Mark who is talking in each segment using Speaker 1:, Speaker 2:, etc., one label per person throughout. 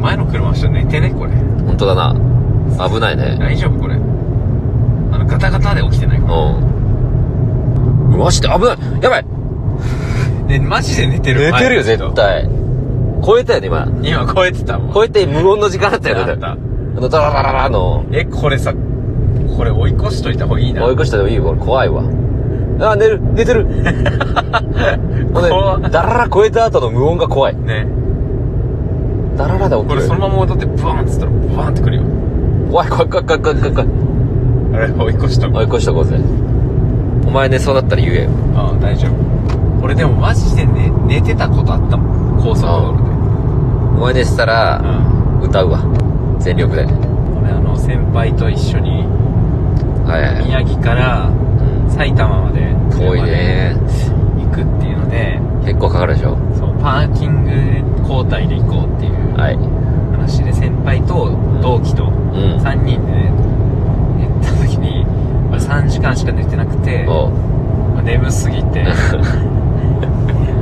Speaker 1: 前の車の人寝てねこれ
Speaker 2: 本当だな危ないね
Speaker 1: 大丈夫これあのガタガタで起きてないこ
Speaker 2: うんマジで危ないやばい
Speaker 1: れねマジで寝てる
Speaker 2: 寝てるよ
Speaker 1: 前の人
Speaker 2: 絶対超えたよね今
Speaker 1: 今超えてたもん
Speaker 2: 超えて無音の時間だったよ
Speaker 1: あ
Speaker 2: ね
Speaker 1: った
Speaker 2: あのダラダララの
Speaker 1: えこれさこれ追い越しといた方がいいな
Speaker 2: 追い越したでもいいよこれ怖いわあ寝る寝て るほん
Speaker 1: 怖っ
Speaker 2: でダララ超えた後の無音が怖い
Speaker 1: ね
Speaker 2: ダララで起き
Speaker 1: こ
Speaker 2: る
Speaker 1: れそのまま戻ってブワーンっつったらブワーンってくるよ
Speaker 2: 怖い怖い怖い怖い怖い怖い怖い
Speaker 1: あれ追い越しと
Speaker 2: 追い
Speaker 1: こう
Speaker 2: 越しとこうぜお前寝そうだったら言えよ
Speaker 1: ああ大丈夫俺でもマジで寝寝てたことあったもん高速道路で
Speaker 2: お前寝てた
Speaker 1: う
Speaker 2: ら
Speaker 1: ん
Speaker 2: 歌うわ全力で
Speaker 1: 俺あの先輩と一緒に
Speaker 2: はいはいはい
Speaker 1: 宮城から
Speaker 2: うん
Speaker 1: 埼玉まで
Speaker 2: 遠い
Speaker 1: 車で
Speaker 2: ね
Speaker 1: 行くっていうので
Speaker 2: 結構かかるでしょ
Speaker 1: そうパーキング交代で行こうっていう
Speaker 2: はい
Speaker 1: 話で先輩と同期と
Speaker 2: ん
Speaker 1: 3人でねやった時に俺3時間しか寝てなくて
Speaker 2: おう
Speaker 1: 眠すぎ て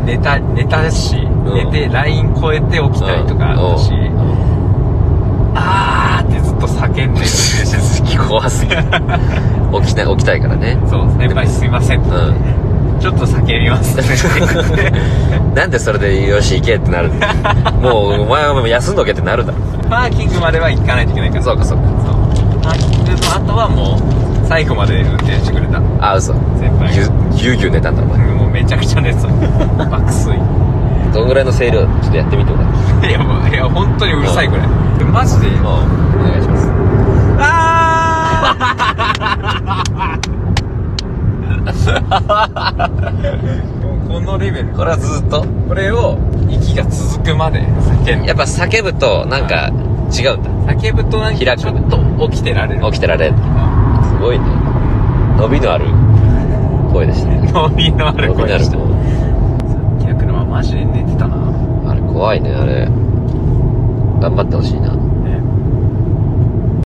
Speaker 1: 寝た寝たし
Speaker 2: ん
Speaker 1: 寝て LINE 超えて起きたりとかあったし
Speaker 2: うんうん
Speaker 1: あーってずっと叫んでる電車好き
Speaker 2: 怖すぎる起きた起きたいからね
Speaker 1: そう先輩すいません、
Speaker 2: う
Speaker 1: ちょっと叫びますね
Speaker 2: んなんでそれでよし行けってなるんだもうお前はもう休んどけってなるだろ
Speaker 1: パーキングまでは行かないといけないから
Speaker 2: そうかそうか
Speaker 1: そうパーキングの後はもう最後まで運転してくれた
Speaker 2: あ嘘
Speaker 1: 先輩
Speaker 2: ぎゅ
Speaker 1: が
Speaker 2: ぎゅうぎゅう寝たんだお前
Speaker 1: うんもうめちゃくちゃ寝てた爆睡
Speaker 2: どんぐらいの声量ちょっとやってみてもらって
Speaker 1: いやもういや本当にうるさ いくらいマジで
Speaker 2: お願いします
Speaker 1: あーもうこのレベル
Speaker 2: これはずっと
Speaker 1: これを息が続くまで叫ぶ
Speaker 2: やっぱ叫ぶとなんか違うんだ
Speaker 1: 叫ぶとなん
Speaker 2: 開
Speaker 1: か
Speaker 2: く
Speaker 1: ちょっと起きてられる
Speaker 2: 起きてられるすごいね伸びのある声でしたね
Speaker 1: 伸びのある
Speaker 2: 伸び
Speaker 1: 声
Speaker 2: のあ
Speaker 1: で
Speaker 2: る
Speaker 1: したさっきの車マジで寝てたな
Speaker 2: あれ怖いねあれ頑張ってほしいな